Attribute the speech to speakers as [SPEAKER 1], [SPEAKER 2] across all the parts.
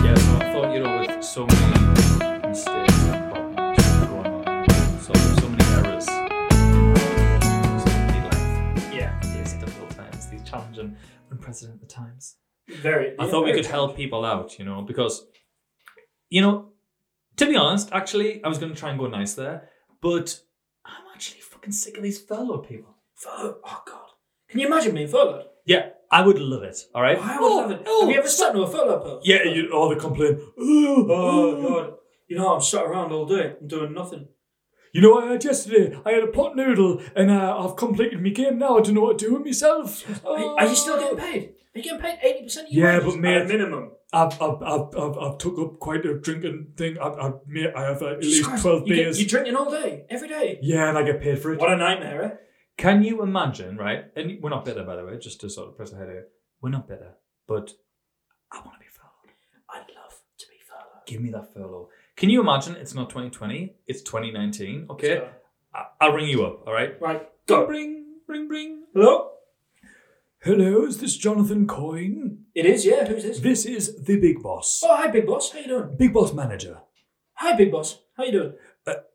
[SPEAKER 1] thought, you know, with so many mistakes and problems going on, so, so many errors, uh, so many like, yeah, these difficult times, these challenging, unprecedented times.
[SPEAKER 2] Very.
[SPEAKER 1] I
[SPEAKER 2] yeah,
[SPEAKER 1] thought we
[SPEAKER 2] very
[SPEAKER 1] could help people out, you know, because, you know, to be honest, actually, I was going to try and go nice there, but I'm actually fucking sick of these furlough people.
[SPEAKER 2] Furlough. Oh god. Can you imagine being furloughed?
[SPEAKER 1] Yeah, I would love it, all right?
[SPEAKER 2] I would love it. Have you ever sat in a furlough post?
[SPEAKER 1] Oh, Yeah, you, oh, they complain. Oh,
[SPEAKER 2] Oh god. You know I'm sat around all day. I'm doing nothing.
[SPEAKER 1] You know what I had yesterday? I had a pot noodle and uh, I've completed my game now. I don't know what to do with myself. Ah.
[SPEAKER 2] Are, you- are you still getting paid? Are you getting paid eighty percent of your
[SPEAKER 1] Yeah,
[SPEAKER 2] wages?
[SPEAKER 1] but mate-
[SPEAKER 2] At a minimum.
[SPEAKER 1] I've, I've, I've, I've, I've took up quite a drinking thing. I've, I've, mate, I have uh, at
[SPEAKER 2] Jesus
[SPEAKER 1] least
[SPEAKER 2] Christ,
[SPEAKER 1] 12
[SPEAKER 2] you get-
[SPEAKER 1] beers.
[SPEAKER 2] You're drinking all day, every day.
[SPEAKER 1] yeah, and I get paid for it.
[SPEAKER 2] What a nightmare, eh?
[SPEAKER 1] Can you imagine, right? And we're not bitter, by the way, just to sort of press ahead here. We're not bitter, but I want to be furloughed.
[SPEAKER 2] I'd love to be furloughed.
[SPEAKER 1] Give me that furlough. Can you imagine it's not 2020, it's 2019, okay?
[SPEAKER 2] So,
[SPEAKER 1] I, I'll ring you up, all right?
[SPEAKER 2] Right, go.
[SPEAKER 1] Ring, ring, ring.
[SPEAKER 2] Hello?
[SPEAKER 1] Hello, is this Jonathan Coyne?
[SPEAKER 2] It is, yeah. Who's this?
[SPEAKER 1] This is the big boss.
[SPEAKER 2] Oh, hi, big boss. How you doing?
[SPEAKER 1] Big boss manager.
[SPEAKER 2] Hi, big boss. How you doing?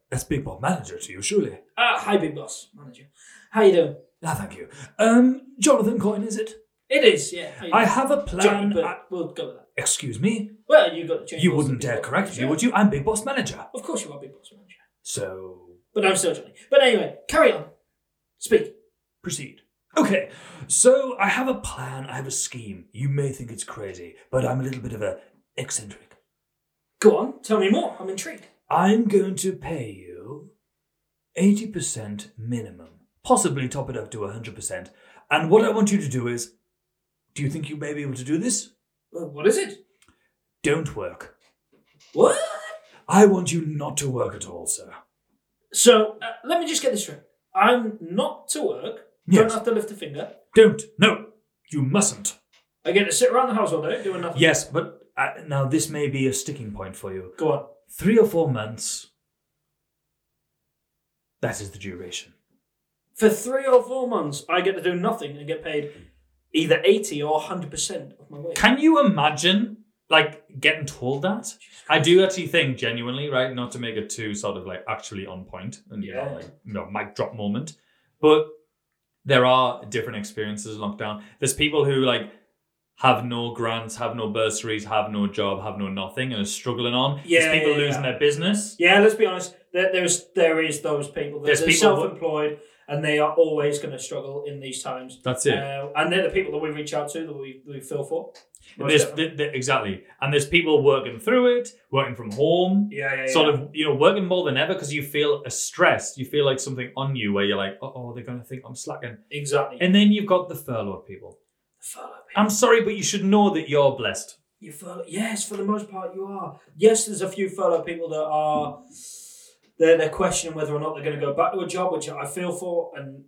[SPEAKER 1] That's big boss manager to you, surely.
[SPEAKER 2] Ah, hi, big boss, manager. How you doing?
[SPEAKER 1] Ah, thank you. Um, Jonathan Coyne, is it?
[SPEAKER 2] It is, yeah. How you
[SPEAKER 1] I
[SPEAKER 2] doing?
[SPEAKER 1] have a
[SPEAKER 2] Johnny,
[SPEAKER 1] plan.
[SPEAKER 2] but
[SPEAKER 1] I-
[SPEAKER 2] we'll go with that.
[SPEAKER 1] excuse me?
[SPEAKER 2] Well, you got to change.
[SPEAKER 1] You
[SPEAKER 2] those
[SPEAKER 1] wouldn't
[SPEAKER 2] to
[SPEAKER 1] dare
[SPEAKER 2] big boss
[SPEAKER 1] correct me,
[SPEAKER 2] manager.
[SPEAKER 1] would you? I'm big boss manager.
[SPEAKER 2] Of course you are, big boss manager.
[SPEAKER 1] So,
[SPEAKER 2] But I'm still Johnny. But anyway, carry on. Speak.
[SPEAKER 1] proceed. Okay, so I have a plan, I have a scheme. You may think it's crazy, but I'm a little bit of a eccentric.
[SPEAKER 2] Go on. Tell me more. I'm intrigued.
[SPEAKER 1] I'm going to pay you 80% minimum, possibly top it up to 100%. And what I want you to do is do you think you may be able to do this?
[SPEAKER 2] Well, what is it?
[SPEAKER 1] Don't work.
[SPEAKER 2] What?
[SPEAKER 1] I want you not to work at all, sir.
[SPEAKER 2] So uh, let me just get this straight. I'm not to work. Don't
[SPEAKER 1] Yes.
[SPEAKER 2] have to lift a finger.
[SPEAKER 1] Don't. No. You mustn't.
[SPEAKER 2] I get to sit around the house all day doing nothing.
[SPEAKER 1] Yes, but uh, now this may be a sticking point for you.
[SPEAKER 2] Go on.
[SPEAKER 1] Three or four months. That is the duration.
[SPEAKER 2] For three or four months, I get to do nothing and get paid either 80 or 100% of my wage.
[SPEAKER 1] Can you imagine, like, getting told that? I do actually think, genuinely, right, not to make it too sort of like actually on point and you know,
[SPEAKER 2] Yeah.
[SPEAKER 1] like you know, mic drop moment, but there are different experiences in lockdown. There's people who like have no grants, have no bursaries, have no job, have no nothing, and are struggling on.
[SPEAKER 2] Yeah,
[SPEAKER 1] There's people
[SPEAKER 2] yeah,
[SPEAKER 1] losing
[SPEAKER 2] yeah.
[SPEAKER 1] their business.
[SPEAKER 2] Yeah, let's be honest. There, there's, there is those people. They're,
[SPEAKER 1] There's
[SPEAKER 2] they're
[SPEAKER 1] people who-
[SPEAKER 2] self-employed and they are always going to struggle in these times.
[SPEAKER 1] That's it.
[SPEAKER 2] Uh, and they're the people that we reach out to, that we, we feel for.
[SPEAKER 1] And
[SPEAKER 2] Most
[SPEAKER 1] there's,
[SPEAKER 2] definitely.
[SPEAKER 1] th- th- exactly, and there's people working through it, working from home,
[SPEAKER 2] yeah, yeah,
[SPEAKER 1] sort
[SPEAKER 2] yeah.
[SPEAKER 1] of you know working more than ever because you feel a stress, you feel like something on you where you're like, oh, they're going to think I'm slacking,
[SPEAKER 2] Exactly.
[SPEAKER 1] and then you've got the furloughed people.
[SPEAKER 2] Furlough people.
[SPEAKER 1] I'm sorry, but you should know that you're blessed.
[SPEAKER 2] You furlough, yes, for the most part, you are. Yes, there's a few furlough people that are they're, they're questioning whether or not they're going to go back to a job, which I feel for, and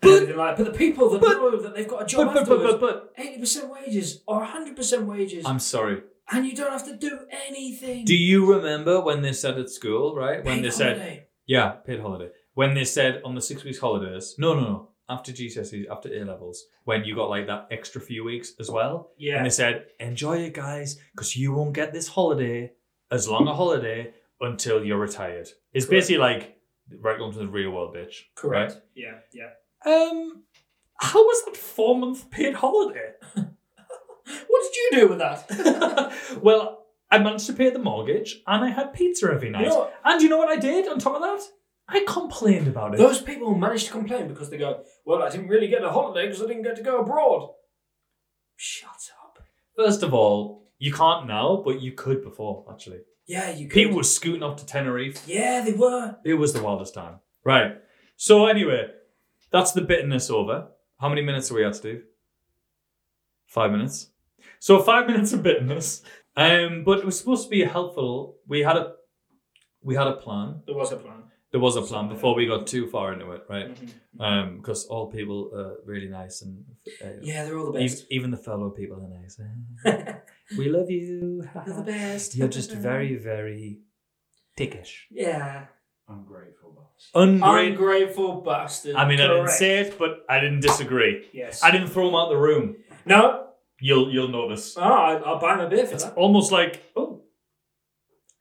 [SPEAKER 1] But-
[SPEAKER 2] but, everything like. But the people that
[SPEAKER 1] but-
[SPEAKER 2] know that they've got a job
[SPEAKER 1] But but, but but but
[SPEAKER 2] eighty percent wages or hundred percent wages,
[SPEAKER 1] I'm sorry.
[SPEAKER 2] and you don't have to do anything.
[SPEAKER 1] Do you remember when they said at school, right? When
[SPEAKER 2] Paid
[SPEAKER 1] they said
[SPEAKER 2] holiday.
[SPEAKER 1] Yeah, paid holiday. When they said on the six weeks holidays, no, no, no, after GCSEs, E, after A levels, when you got like that extra few weeks as well,
[SPEAKER 2] yeah,
[SPEAKER 1] and they said, enjoy it, guys, because you won't get this holiday as long a holiday until you're retired. It's
[SPEAKER 2] Correct.
[SPEAKER 1] basically like right onto the real world, bitch.
[SPEAKER 2] correct. Yeah, yeah.
[SPEAKER 1] Right? Um, how was that four month paid holiday?
[SPEAKER 2] What did you do with that?
[SPEAKER 1] well, I managed to pay the mortgage, and I had pizza every night.
[SPEAKER 2] You know what?
[SPEAKER 1] and you know what I did on top of that? I complained about it.
[SPEAKER 2] Those people manage to complain because they go, "Well, I didn't really get a holiday because I didn't get to go abroad." Shut up.
[SPEAKER 1] First of all, you can't now, but you could before, actually.
[SPEAKER 2] Yeah, you. could.
[SPEAKER 1] People were scooting off to Tenerife.
[SPEAKER 2] Yeah, they were.
[SPEAKER 1] It was the wildest time. Right. So, anyway, that's the bitterness over. How many minutes are we at, Steve? Five minutes. So, five minutes of bitterness. Um, but it was supposed to be helpful. We had a we had a plan.
[SPEAKER 2] There was a plan.
[SPEAKER 1] There was a plan before we got too far into it, right? Um, because all people are really nice and uh,
[SPEAKER 2] Yeah, they're all the
[SPEAKER 1] even,
[SPEAKER 2] best.
[SPEAKER 1] even the fellow people are nice. we love you.
[SPEAKER 2] They're the best.
[SPEAKER 1] You're just very, very dickish.
[SPEAKER 2] Yeah.
[SPEAKER 3] Ungrateful boss.
[SPEAKER 1] Ungrateful.
[SPEAKER 2] Ungrateful bastard.
[SPEAKER 1] I mean, I didn't
[SPEAKER 2] Correct.
[SPEAKER 1] say it, but I didn't disagree.
[SPEAKER 2] Yes.
[SPEAKER 1] I didn't throw him out the room.
[SPEAKER 2] No,
[SPEAKER 1] You'll you'll notice.
[SPEAKER 2] Oh, I, I'll buy my beer for
[SPEAKER 1] It's
[SPEAKER 2] that.
[SPEAKER 1] almost like oh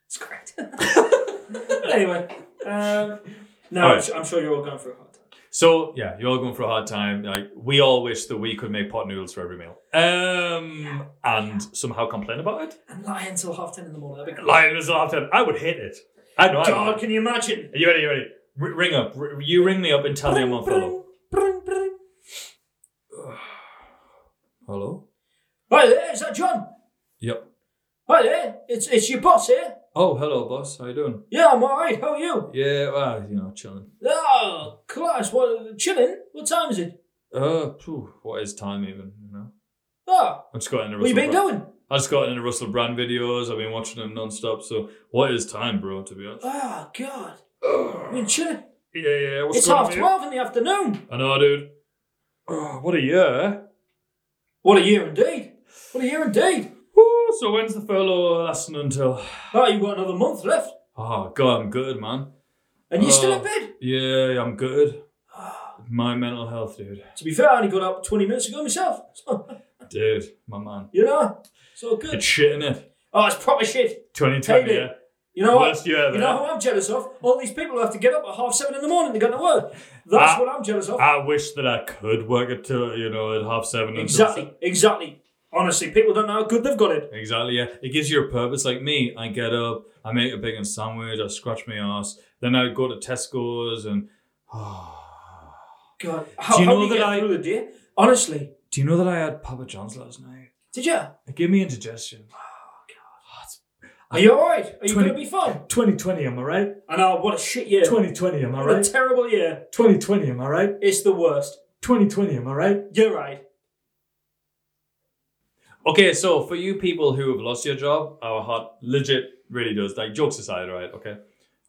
[SPEAKER 2] It's correct. anyway, um, no,
[SPEAKER 1] All
[SPEAKER 2] I'm,
[SPEAKER 1] right.
[SPEAKER 2] su- I'm sure you're all going through a hard time.
[SPEAKER 1] so yeah, you're all going for a hard time. Like we all wish that we could make pot noodles for every meal. Um and somehow complain about it.
[SPEAKER 2] And lie until half ten in the morning. That'd be great.
[SPEAKER 1] Lion is half ten. I would hate it. I know. I would.
[SPEAKER 2] God, can you imagine?
[SPEAKER 1] Are you ready? You ready? R- ring up. R- you ring me up and tell me I'm on follow.
[SPEAKER 2] Bring, bring, bring.
[SPEAKER 1] Hello.
[SPEAKER 2] Hi there, is that John?
[SPEAKER 1] Yep.
[SPEAKER 2] Hi there, it's it's your boss here.
[SPEAKER 1] Oh, hello, boss. How you doing?
[SPEAKER 2] Yeah, I'm all right. How are you?
[SPEAKER 1] Yeah, well, you know, chilling.
[SPEAKER 2] Oh, class. What chilling? What time is it?
[SPEAKER 1] Uh, phew, what is time even? You know,
[SPEAKER 2] Oh,
[SPEAKER 1] I just got into
[SPEAKER 2] where
[SPEAKER 1] Russell.
[SPEAKER 2] you been
[SPEAKER 1] Brand.
[SPEAKER 2] going?
[SPEAKER 1] I just got into Russell Brand videos. I've been watching them non-stop. So, what is time, bro? To be honest.
[SPEAKER 2] Oh God, I've
[SPEAKER 1] Ugh.
[SPEAKER 2] been chilling.
[SPEAKER 1] yeah, yeah. What's
[SPEAKER 2] it's
[SPEAKER 1] going on
[SPEAKER 2] half
[SPEAKER 1] here?
[SPEAKER 2] twelve in the afternoon.
[SPEAKER 1] I know, dude. Ugh, what a year.
[SPEAKER 2] What a year indeed. What a year indeed.
[SPEAKER 1] Woo, so when's the furlough lasting until?
[SPEAKER 2] Oh, you got another month left,
[SPEAKER 1] Oh God, I'm good, man.
[SPEAKER 2] and you're still in
[SPEAKER 1] Oh.
[SPEAKER 2] bed.
[SPEAKER 1] Yeah, I'm good. My mental health, dude.
[SPEAKER 2] To be fair, I only got up twenty minutes ago myself. So,
[SPEAKER 1] Dude, my man.
[SPEAKER 2] you know, so good.
[SPEAKER 1] It's shit in it.
[SPEAKER 2] Oh, it's proper shit.
[SPEAKER 1] 2020,
[SPEAKER 2] Hey,
[SPEAKER 1] yeah.
[SPEAKER 2] You know what?
[SPEAKER 1] Worst year ever.
[SPEAKER 2] You know who I'm jealous of? All these people who have to get up at half seven in the morning to go to work. That's
[SPEAKER 1] Ah.
[SPEAKER 2] what I'm jealous of.
[SPEAKER 1] I wish that I could work it till you know, at half seven. until
[SPEAKER 2] exactly, exactly. Honestly, people don't know how good they've got it.
[SPEAKER 1] se- Exactly, yeah. It gives you a purpose. Like me, I get up, I make a bacon sandwich, I scratch my ass, then I go to Tesco's and.
[SPEAKER 2] God, how,
[SPEAKER 1] Do you
[SPEAKER 2] how
[SPEAKER 1] know
[SPEAKER 2] do you
[SPEAKER 1] that
[SPEAKER 2] get
[SPEAKER 1] I-
[SPEAKER 2] through the day? Honestly,
[SPEAKER 1] Do you know that I had Papa John's last night?
[SPEAKER 2] did you? Are
[SPEAKER 1] It gave me indigestion. I-
[SPEAKER 2] you all right? Are
[SPEAKER 1] 20
[SPEAKER 2] you going to be fine?
[SPEAKER 1] 2020, am I right?
[SPEAKER 2] I know what a shit year.
[SPEAKER 1] 2020, am I
[SPEAKER 2] What a terrible year.
[SPEAKER 1] 2020, am I right?
[SPEAKER 2] It's the worst.
[SPEAKER 1] 2020, am I right?
[SPEAKER 2] You're right.
[SPEAKER 1] Okay, so for you people who have lost your job, our heart legit really does. Like jokes aside, right? Okay,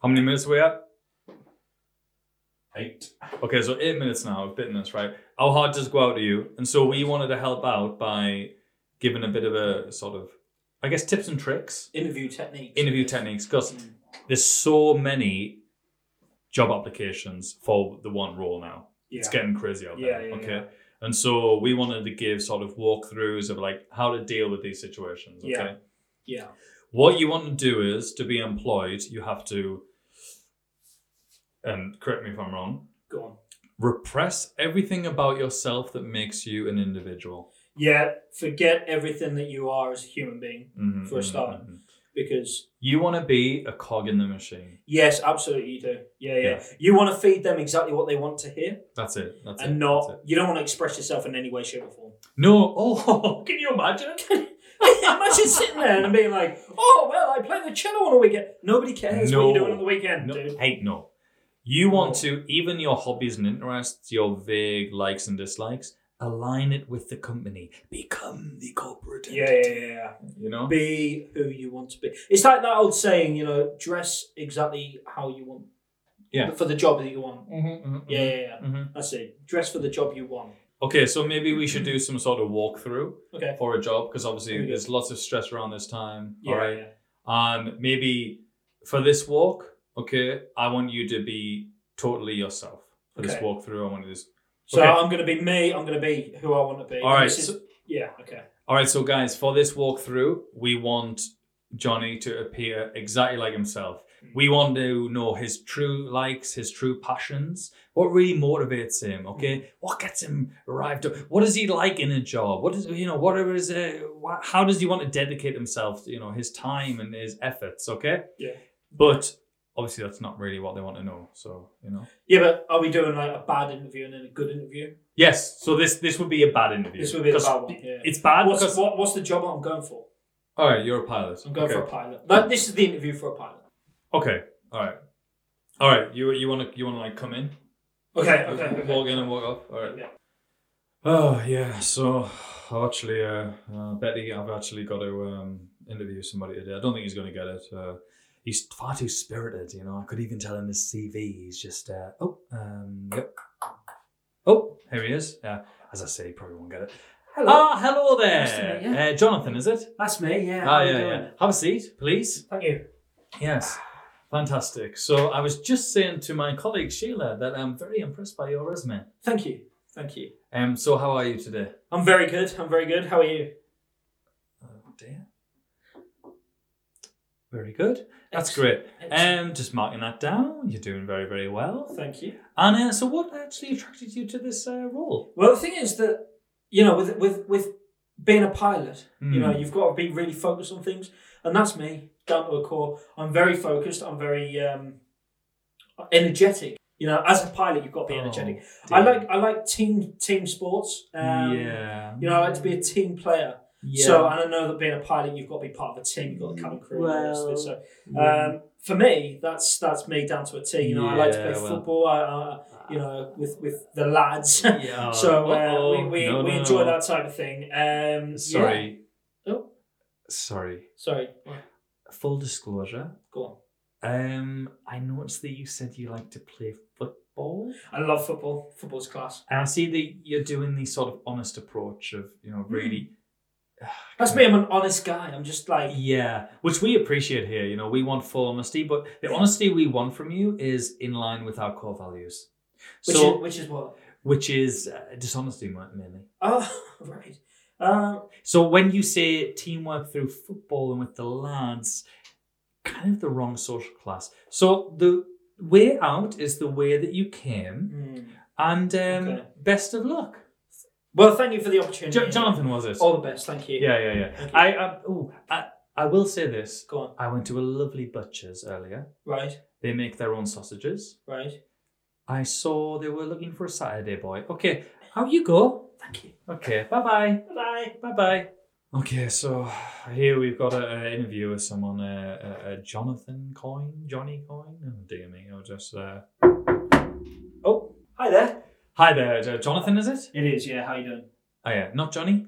[SPEAKER 1] how many minutes are we at? Eight. Okay, so eight minutes now of bitterness, right? Our heart does go out to you, and so we wanted to help out by giving a bit of a sort of, I guess, tips and tricks,
[SPEAKER 2] Interview Mm. technique.
[SPEAKER 1] interview techniques, because there's so many job applications for the one role now
[SPEAKER 2] yeah.
[SPEAKER 1] it's getting crazy out there.
[SPEAKER 2] Yeah, yeah,
[SPEAKER 1] okay.
[SPEAKER 2] yeah.
[SPEAKER 1] And so we wanted to give sort of walkthroughs of like how to deal with these situations. Okay.
[SPEAKER 2] Yeah. yeah.
[SPEAKER 1] What you want to do is to be employed, you have to, and correct me if I'm wrong,
[SPEAKER 2] Go on.
[SPEAKER 1] repress everything about yourself that makes you an individual.
[SPEAKER 2] Yeah. Forget everything that you are as a human being
[SPEAKER 1] Mhm,
[SPEAKER 2] For a
[SPEAKER 1] mhm,
[SPEAKER 2] start.
[SPEAKER 1] mhm.
[SPEAKER 2] because
[SPEAKER 1] You want to be a cog in the machine.
[SPEAKER 2] yes, absolutely you do. Yeah, yeah.
[SPEAKER 1] Yeah.
[SPEAKER 2] You want to feed them exactly what they want to hear,
[SPEAKER 1] That's it. That's it.
[SPEAKER 2] and
[SPEAKER 1] that's
[SPEAKER 2] not
[SPEAKER 1] it.
[SPEAKER 2] you don't want to express yourself in any way, shape, or form.
[SPEAKER 1] No. Oh, can you imagine?
[SPEAKER 2] Imagine sitting there and being like, "Oh well, I play the cello on a weekend. Nobody cares what you're doing on the weekend,
[SPEAKER 1] No,
[SPEAKER 2] dude."
[SPEAKER 1] hey, no. You want
[SPEAKER 2] No.
[SPEAKER 1] to, even your hobbies and interests, your vague likes and dislikes, align it with the company. Become the corporate
[SPEAKER 2] Yeah,
[SPEAKER 1] entity,
[SPEAKER 2] yeah, yeah, yeah.
[SPEAKER 1] You know?
[SPEAKER 2] Be who you want to be. It's like that old saying, you know, dress exactly how you want.
[SPEAKER 1] Yeah.
[SPEAKER 2] For the job that you want.
[SPEAKER 1] Mm-hmm,
[SPEAKER 2] Yeah, yeah, yeah.
[SPEAKER 1] hmm
[SPEAKER 2] That's it. Dress for the job you want.
[SPEAKER 1] Okay, so maybe we should do some sort of walkthrough
[SPEAKER 2] Okay.
[SPEAKER 1] for a job because obviously
[SPEAKER 2] Okay.
[SPEAKER 1] there's lots of stress around this time.
[SPEAKER 2] Yeah,
[SPEAKER 1] all right. And maybe for this walk, okay, I want you to be totally yourself. For this
[SPEAKER 2] Okay.
[SPEAKER 1] walkthrough, I want you to just
[SPEAKER 2] So
[SPEAKER 1] Okay.
[SPEAKER 2] I'm gonna be me. I'm gonna be who I want to be.
[SPEAKER 1] All right,
[SPEAKER 2] This is-
[SPEAKER 1] so-
[SPEAKER 2] yeah. Okay.
[SPEAKER 1] All right, so guys, for this walkthrough, we want Johnny to appear exactly like himself. We want to know his true likes, his true passions, what really motivates him.
[SPEAKER 2] Mm-hmm.
[SPEAKER 1] Okay, what gets him arrived up? What does he like in a job? What is you know whatever is uh, wha- how does he want to dedicate himself? You know his time and his efforts. Okay.
[SPEAKER 2] Yeah.
[SPEAKER 1] But obviously, that's not really what they want to know. So you know.
[SPEAKER 2] Yeah, but are we doing like a bad interview and then a good interview?
[SPEAKER 1] Yes. So this this would be a bad interview.
[SPEAKER 2] This would be a
[SPEAKER 1] 'Cause
[SPEAKER 2] bad one. Yeah.
[SPEAKER 1] It's bad
[SPEAKER 2] What's,
[SPEAKER 1] because.
[SPEAKER 2] what, what's the job I'm going for?
[SPEAKER 1] All right, you're a pilot.
[SPEAKER 2] I'm going
[SPEAKER 1] Okay.
[SPEAKER 2] for a pilot. That, this is the interview for a pilot.
[SPEAKER 1] Okay. All right. All right. You you want to you want to like come in?
[SPEAKER 2] Okay, okay, okay.
[SPEAKER 1] Walk in and walk off. All right.
[SPEAKER 2] Yeah.
[SPEAKER 1] Oh yeah. So I've actually uh, uh, Betty, I've actually got to um, interview somebody today. I don't think he's going to get it. Uh, he's far too spirited. You know, I could even tell in his CV he's just uh, oh um yep. Oh, here he is. Yeah. As I say, he probably won't get it. Ah, hello there.
[SPEAKER 2] Nice to meet you.
[SPEAKER 1] Uh, Jonathan, is it?
[SPEAKER 2] That's me, yeah.
[SPEAKER 1] Ah, yeah, yeah. Have a seat, please.
[SPEAKER 2] Thank you.
[SPEAKER 1] Yes. Fantastic. So I was just saying to my colleague Sheila that I'm very impressed by your resume.
[SPEAKER 2] Thank you. Thank you.
[SPEAKER 1] Um, so how are you today?
[SPEAKER 2] I'm very good. I'm very good. How are you? Oh,
[SPEAKER 1] dear. Very good. That's great. Um, just marking that down. You're doing very, very well.
[SPEAKER 2] Thank you.
[SPEAKER 1] And uh, so, what actually attracted you to this uh, role?
[SPEAKER 2] Well, the thing is that you know, with with with being a pilot, you know,
[SPEAKER 1] Hmm.
[SPEAKER 2] you've got to be really focused on things, and that's me down to a core. I'm very focused. I'm very um, energetic. You know, as a pilot, you've got to be energetic.
[SPEAKER 1] Oh,
[SPEAKER 2] I
[SPEAKER 1] dear.
[SPEAKER 2] like I like team team sports. Um,
[SPEAKER 1] yeah.
[SPEAKER 2] You know, I like to be a team player.
[SPEAKER 1] Yeah.
[SPEAKER 2] So, and I know that being a pilot, you've got to be part of a team. You've got the cabin crew. and all the rest of it. so, um, for me, that's that's me down to a T. You know, I like to play
[SPEAKER 1] Yeah, well.
[SPEAKER 2] football. I, I, you know, with with the lads.
[SPEAKER 1] yeah.
[SPEAKER 2] so uh, we
[SPEAKER 1] Uh-oh.
[SPEAKER 2] we,
[SPEAKER 1] No,
[SPEAKER 2] we
[SPEAKER 1] no,
[SPEAKER 2] enjoy
[SPEAKER 1] no.
[SPEAKER 2] that type of thing. Um, yeah.
[SPEAKER 1] Sorry.
[SPEAKER 2] Oh.
[SPEAKER 1] Sorry.
[SPEAKER 2] Sorry.
[SPEAKER 1] Full disclosure.
[SPEAKER 2] Go on.
[SPEAKER 1] Um, I noticed that you said you like to play football,
[SPEAKER 2] I love football. Football's class.
[SPEAKER 1] and I see that you're doing the sort of honest approach of you
[SPEAKER 2] Hmm.
[SPEAKER 1] know really.
[SPEAKER 2] That's me. I'm an honest guy. I'm just like
[SPEAKER 1] Yeah, which we appreciate here. You know, we want full honesty, but the honesty we want from you is in line with our core values.
[SPEAKER 2] which
[SPEAKER 1] so,
[SPEAKER 2] is which is what.
[SPEAKER 1] which is uh, dishonesty ma- mainly.
[SPEAKER 2] Oh right. Um,
[SPEAKER 1] So when you say teamwork through football and with the lads, kind of the wrong social class. So the way out is the way that you came,
[SPEAKER 2] mm.
[SPEAKER 1] and um,
[SPEAKER 2] Okay.
[SPEAKER 1] best of luck.
[SPEAKER 2] Well, thank you for the opportunity.
[SPEAKER 1] Jo- Jonathan was it?
[SPEAKER 2] All the best. Thank you.
[SPEAKER 1] yeah, yeah, yeah.
[SPEAKER 2] Thank you.
[SPEAKER 1] I, I, ooh, I, I will say this.
[SPEAKER 2] Go on.
[SPEAKER 1] I went to a lovely butcher's earlier.
[SPEAKER 2] Right.
[SPEAKER 1] They make their own sausages.
[SPEAKER 2] Right.
[SPEAKER 1] I saw they were looking for a Saturday boy. Okay, how you go?
[SPEAKER 2] Thank you.
[SPEAKER 1] Okay, bye bye.
[SPEAKER 2] Bye.
[SPEAKER 1] Bye bye. Okay, so here we've got an interview with someone, uh, uh, uh, Jonathan Coin, Johnny Coin. Oh dear me, I'll just. Uh...
[SPEAKER 2] Oh, hi there.
[SPEAKER 1] Hi there, Jo- Jonathan, is it?
[SPEAKER 2] It is, yeah. How you doing?
[SPEAKER 1] Oh yeah, not Johnny.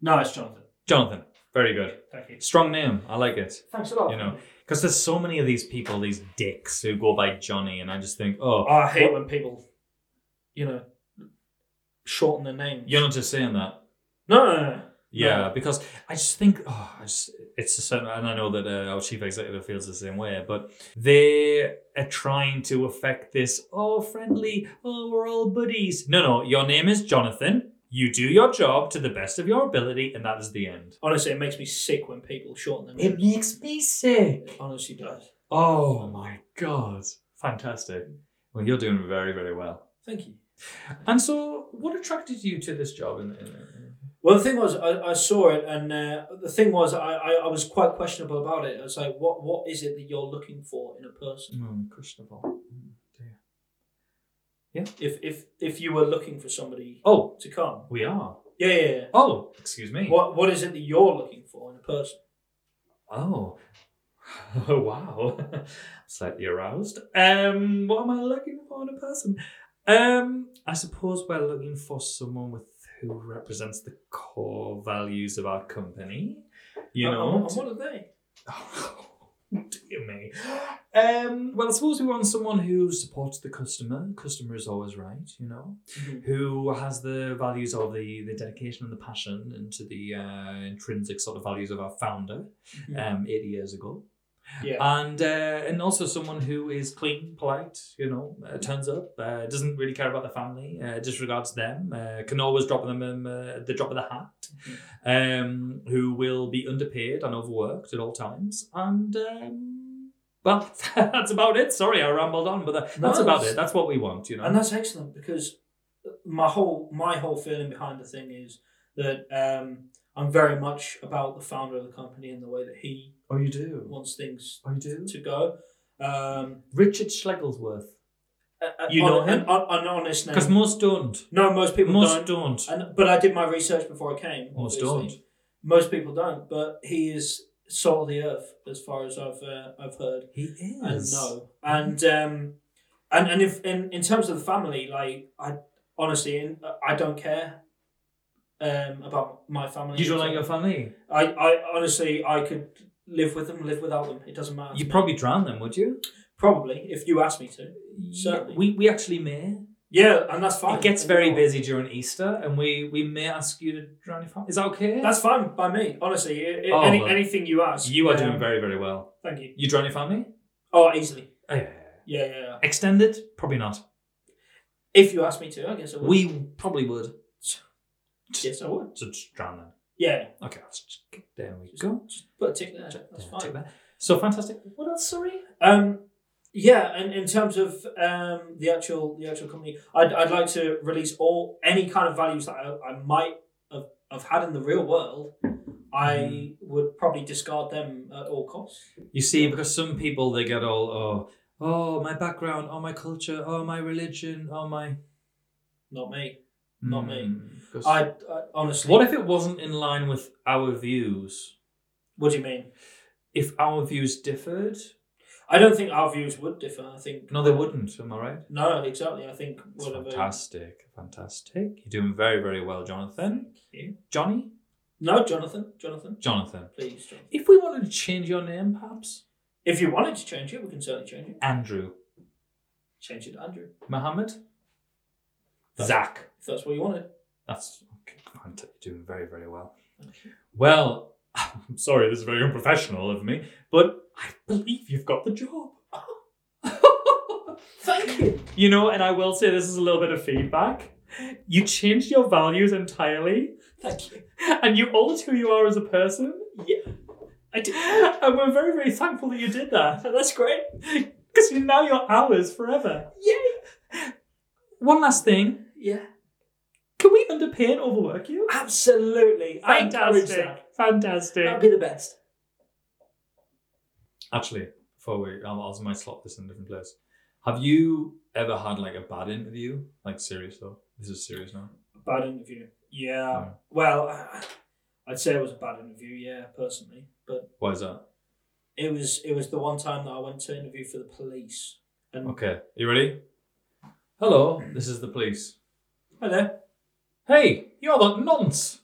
[SPEAKER 2] No, it's Jonathan.
[SPEAKER 1] Jonathan. Very good.
[SPEAKER 2] Thank you.
[SPEAKER 1] Strong name. I like it.
[SPEAKER 2] Thanks a lot.
[SPEAKER 1] You know. Because there's so many of these people, these dicks who go by Johnny, and I just think,
[SPEAKER 2] Oh,
[SPEAKER 1] oh,
[SPEAKER 2] I hate when people, you know, shorten their names.
[SPEAKER 1] you're not just saying that.
[SPEAKER 2] No, no, no.
[SPEAKER 1] Yeah, because I just think, oh, I just, it's a certain, and I know that uh, our chief executive feels the same way, but they are trying to affect this, oh, friendly, oh, we're all buddies. No, no, your name is Jonathan. You do your job to the best of your ability, and that is the end.
[SPEAKER 2] Honestly, it makes me sick when people shorten their
[SPEAKER 1] It
[SPEAKER 2] names.
[SPEAKER 1] makes me sick.
[SPEAKER 2] It honestly does.
[SPEAKER 1] Oh my God. Fantastic. Well, you're doing very, very well.
[SPEAKER 2] Thank you.
[SPEAKER 1] And so, what attracted you to this job? In, in, in-
[SPEAKER 2] Well, the thing was, I, I saw it, and uh, the thing was, I, I, I was quite questionable about it. I was like, what what is it that you're looking for in a person?
[SPEAKER 1] Oh, questionable. Oh, dear.
[SPEAKER 2] If if if you were looking for somebody
[SPEAKER 1] Oh,
[SPEAKER 2] to come,
[SPEAKER 1] we are.
[SPEAKER 2] yeah, yeah, yeah.
[SPEAKER 1] Oh, excuse me.
[SPEAKER 2] What what is it that you're looking for in a person?
[SPEAKER 1] Oh. Oh wow. Slightly aroused. Um what am I looking for in a person? Um I suppose we're looking for someone with who represents the core values of our company. You
[SPEAKER 2] And-
[SPEAKER 1] know.
[SPEAKER 2] and what are they?
[SPEAKER 1] Oh, dear me. Um well I suppose we want someone who supports the customer. Customer is always right, you know who has the values of the, the dedication and the passion into the uh, intrinsic sort of values of our founder
[SPEAKER 2] Mhm.
[SPEAKER 1] um, 80 years ago
[SPEAKER 2] Yeah.
[SPEAKER 1] and uh, and also someone who is clean polite you know uh, turns up uh, doesn't really care about the family uh, disregards them uh, can always drop them um, uh, at the drop of the
[SPEAKER 2] Mm-hmm.
[SPEAKER 1] hat um, who will be underpaid and overworked at all times and um, well that's about it sorry I rambled on but that, that's
[SPEAKER 2] No,
[SPEAKER 1] about
[SPEAKER 2] that's-
[SPEAKER 1] it that's what we want you know
[SPEAKER 2] and that's excellent because my whole my whole feeling behind the thing is that um, I'm very much about the founder of the company and the way that he
[SPEAKER 1] oh you do
[SPEAKER 2] wants things
[SPEAKER 1] oh you do
[SPEAKER 2] to go. Um,
[SPEAKER 1] Richard Schlegelsworth.
[SPEAKER 2] a- a-
[SPEAKER 1] You
[SPEAKER 2] on-
[SPEAKER 1] know him?
[SPEAKER 2] an, on- an honest name.
[SPEAKER 1] Because most don't.
[SPEAKER 2] no, most people
[SPEAKER 1] most
[SPEAKER 2] don't.
[SPEAKER 1] don't.
[SPEAKER 2] And, but I did my research before I came.
[SPEAKER 1] Most
[SPEAKER 2] obviously.
[SPEAKER 1] don't.
[SPEAKER 2] Most people don't. But he is soul of the earth, as far as I've uh, I've heard.
[SPEAKER 1] He
[SPEAKER 2] and
[SPEAKER 1] is.
[SPEAKER 2] no and um and and if in, in terms of the family like i honestly in- i don't care um about my family
[SPEAKER 1] You don't like your family.
[SPEAKER 2] i i honestly i could live with them live without them it doesn't matter
[SPEAKER 1] You'd probably drown them, would you?
[SPEAKER 2] probably if you asked me to Certainly.
[SPEAKER 1] Yeah, we, we actually may.
[SPEAKER 2] yeah and that's fine
[SPEAKER 1] It gets very
[SPEAKER 2] Yeah.
[SPEAKER 1] busy during Easter, and we, we may ask you to drown your family. Is that okay?
[SPEAKER 2] that's fine by me honestly i- i-
[SPEAKER 1] Oh,
[SPEAKER 2] any,
[SPEAKER 1] well.
[SPEAKER 2] anything you ask
[SPEAKER 1] you are
[SPEAKER 2] um,
[SPEAKER 1] doing very, very well.
[SPEAKER 2] thank you
[SPEAKER 1] You drown your family?
[SPEAKER 2] oh easily
[SPEAKER 1] Oh, yeah.
[SPEAKER 2] yeah yeah, yeah.
[SPEAKER 1] Extended? Probably not.
[SPEAKER 2] if you asked me to i guess i would
[SPEAKER 1] We probably would.
[SPEAKER 2] yes i would
[SPEAKER 1] So just drown them.
[SPEAKER 2] yeah
[SPEAKER 1] Okay, let's just get There we
[SPEAKER 2] Just-
[SPEAKER 1] go.
[SPEAKER 2] Just put a tick there.
[SPEAKER 1] Check-
[SPEAKER 2] That's
[SPEAKER 1] yeah,
[SPEAKER 2] fine.
[SPEAKER 1] tick there. So fantastic.
[SPEAKER 2] What else? Sorry. Um, yeah, and in terms of um, the actual the actual company, I'd, I'd like to release all any kind of values that I, I might have, have had in the real world.
[SPEAKER 1] Hmm.
[SPEAKER 2] I would probably discard them at all costs.
[SPEAKER 1] You see, because some people they get all oh oh my background, oh my culture, oh my religion, oh my
[SPEAKER 2] Not me. Not me.
[SPEAKER 1] Mm, 'cause-
[SPEAKER 2] I, I honestly.
[SPEAKER 1] What if it wasn't in line with our views?
[SPEAKER 2] What do you mean?
[SPEAKER 1] If our views differed,
[SPEAKER 2] I don't think our views would differ. I think
[SPEAKER 1] no, they wouldn't. Am I right?
[SPEAKER 2] No, exactly. I think
[SPEAKER 1] It's
[SPEAKER 2] whatever.
[SPEAKER 1] fantastic, fantastic. You're doing very, very well, Jonathan. Johnny,
[SPEAKER 2] No, Jonathan. Jonathan,
[SPEAKER 1] Jonathan.
[SPEAKER 2] please, Jonathan.
[SPEAKER 1] If we wanted to change your name, perhaps
[SPEAKER 2] If you wanted to change it, we can certainly change it.
[SPEAKER 1] Andrew,
[SPEAKER 2] Change it, to Andrew.
[SPEAKER 1] Mohammed,
[SPEAKER 2] That-
[SPEAKER 1] Zach.
[SPEAKER 2] If that's what you wanted.
[SPEAKER 1] That's okay, fantastic. You're doing very, very well. Well, I'm sorry, this is very unprofessional of me, but I believe you've got the job.
[SPEAKER 2] Thank you.
[SPEAKER 1] you know, and I will say this is a little bit of feedback. You changed your values entirely,
[SPEAKER 2] Thank you.
[SPEAKER 1] and you altered who you are as a person.
[SPEAKER 2] Yeah. I did.
[SPEAKER 1] And we're very, very thankful that you did that.
[SPEAKER 2] That's great.
[SPEAKER 1] Because now you're ours forever.
[SPEAKER 2] Yay.
[SPEAKER 1] One last thing.
[SPEAKER 2] Yeah.
[SPEAKER 1] Can we underpay and overwork you?
[SPEAKER 2] Absolutely. I encourage
[SPEAKER 1] Fantastic.
[SPEAKER 2] that.
[SPEAKER 1] Fantastic.
[SPEAKER 2] That'd be the best.
[SPEAKER 1] Actually, before we, um, I was might slot this in a different place. Have you ever had like a bad interview? Like serious though. This is serious now.
[SPEAKER 2] Bad interview. Yeah.
[SPEAKER 1] Yeah.
[SPEAKER 2] Well, I- I'd say it was a bad interview. Yeah, personally, but
[SPEAKER 1] Why is that?
[SPEAKER 2] it was it was the one time that I went to interview for the police. And
[SPEAKER 1] Okay, you ready? Hello, this is the police.
[SPEAKER 2] hello.
[SPEAKER 1] Hey, you're that nonce.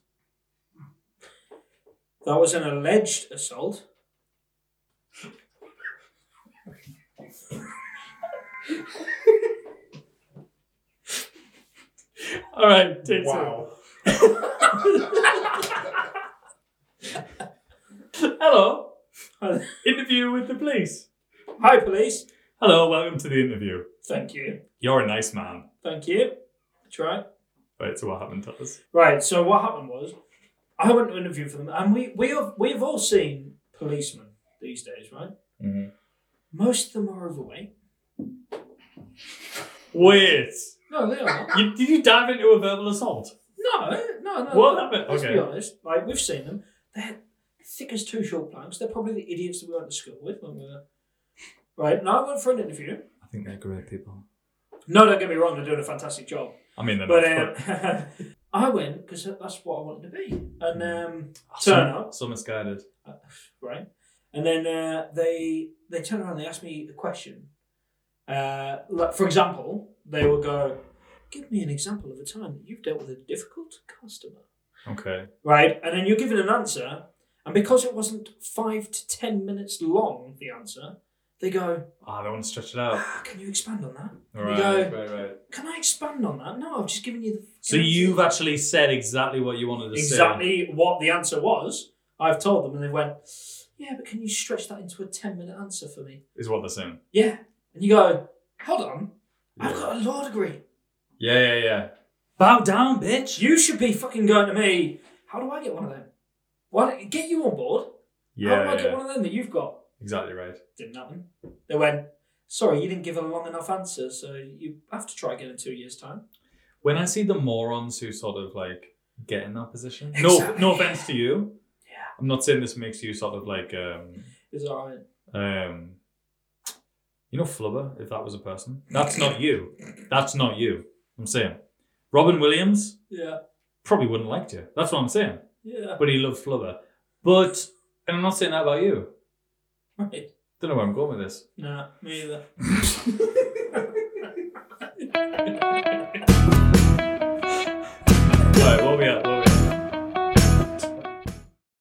[SPEAKER 2] That was an alleged assault.
[SPEAKER 1] All right, take
[SPEAKER 3] Wow.
[SPEAKER 1] two. Hello,
[SPEAKER 2] Hello.
[SPEAKER 1] interview with the police.
[SPEAKER 2] Hi, police.
[SPEAKER 1] Hello, welcome to the interview.
[SPEAKER 2] Thank you.
[SPEAKER 1] You're a nice man.
[SPEAKER 2] Thank you. That's right.
[SPEAKER 1] Right, so what happened to us?
[SPEAKER 2] Right. So what happened was, I went to interview for them, and we we have we have all seen policemen these days, right?
[SPEAKER 1] Mhm.
[SPEAKER 2] Most of them are overweight.
[SPEAKER 1] Wait,
[SPEAKER 2] No, they are.
[SPEAKER 1] you, did you dive into a verbal assault?
[SPEAKER 2] no, no, no.
[SPEAKER 1] What
[SPEAKER 2] no.
[SPEAKER 1] happened?
[SPEAKER 2] Let's
[SPEAKER 1] Okay.
[SPEAKER 2] be honest. Like we've seen them. They're thick as two short planks. They're probably the idiots that we went to school with when we were. Right. Now I went for an interview.
[SPEAKER 1] I think they're great people.
[SPEAKER 2] No, don't get me wrong. They're doing a fantastic job.
[SPEAKER 1] I mean, they're
[SPEAKER 2] But
[SPEAKER 1] not,
[SPEAKER 2] um, I went because that's what I wanted to be, and um,
[SPEAKER 1] but-
[SPEAKER 2] turn
[SPEAKER 1] Some-
[SPEAKER 2] up.
[SPEAKER 1] Some misguided.
[SPEAKER 2] right? And then uh, they they turn around and they ask me a question. Uh, like for example, they will go, "Give me an example of a time that you've dealt with a difficult customer."
[SPEAKER 1] Okay.
[SPEAKER 2] Right, and then you're given an answer, and because it wasn't five to ten minutes long, the answer, they go,
[SPEAKER 1] Ah, they want to stretch it out.
[SPEAKER 2] ah, "Can you expand on that?" And
[SPEAKER 1] Right,
[SPEAKER 2] you go,
[SPEAKER 1] right, right.
[SPEAKER 2] "Can I expand on that?" No, I've just given you the.
[SPEAKER 1] So you've actually said exactly what you wanted to say.
[SPEAKER 2] exactly what the answer was. I've told them, and they went, "Yeah, but can you stretch that into a ten-minute answer for me?"
[SPEAKER 1] Is what they're saying.
[SPEAKER 2] Yeah. And you go, hold on, I've
[SPEAKER 1] Yeah.
[SPEAKER 2] got a law degree.
[SPEAKER 1] Yeah, yeah, yeah. Bow down, bitch.
[SPEAKER 2] You should be fucking going to me. How do I get one of them? Why do get you on board? How do I
[SPEAKER 1] Yeah,
[SPEAKER 2] get
[SPEAKER 1] yeah.
[SPEAKER 2] one of them that you've got?
[SPEAKER 1] Exactly right.
[SPEAKER 2] Didn't happen. They went, sorry, you didn't give a long enough answer, so you have to try again in two years' time.
[SPEAKER 1] When I see the morons who sort of like get in that position,
[SPEAKER 2] Exactly.
[SPEAKER 1] no, no offense to you.
[SPEAKER 2] Yeah.
[SPEAKER 1] I'm not saying this makes you sort of like um
[SPEAKER 2] Is all right.
[SPEAKER 1] um. You know, Flubber, if that was a person, that's not you. That's not you. I'm saying, Robin Williams
[SPEAKER 2] Yeah,
[SPEAKER 1] probably wouldn't like you. That's what I'm saying.
[SPEAKER 2] yeah.
[SPEAKER 1] But he loved Flubber. But and I'm not saying that about you.
[SPEAKER 2] Right.
[SPEAKER 1] Don't know where I'm going with this.
[SPEAKER 2] Nah, me either.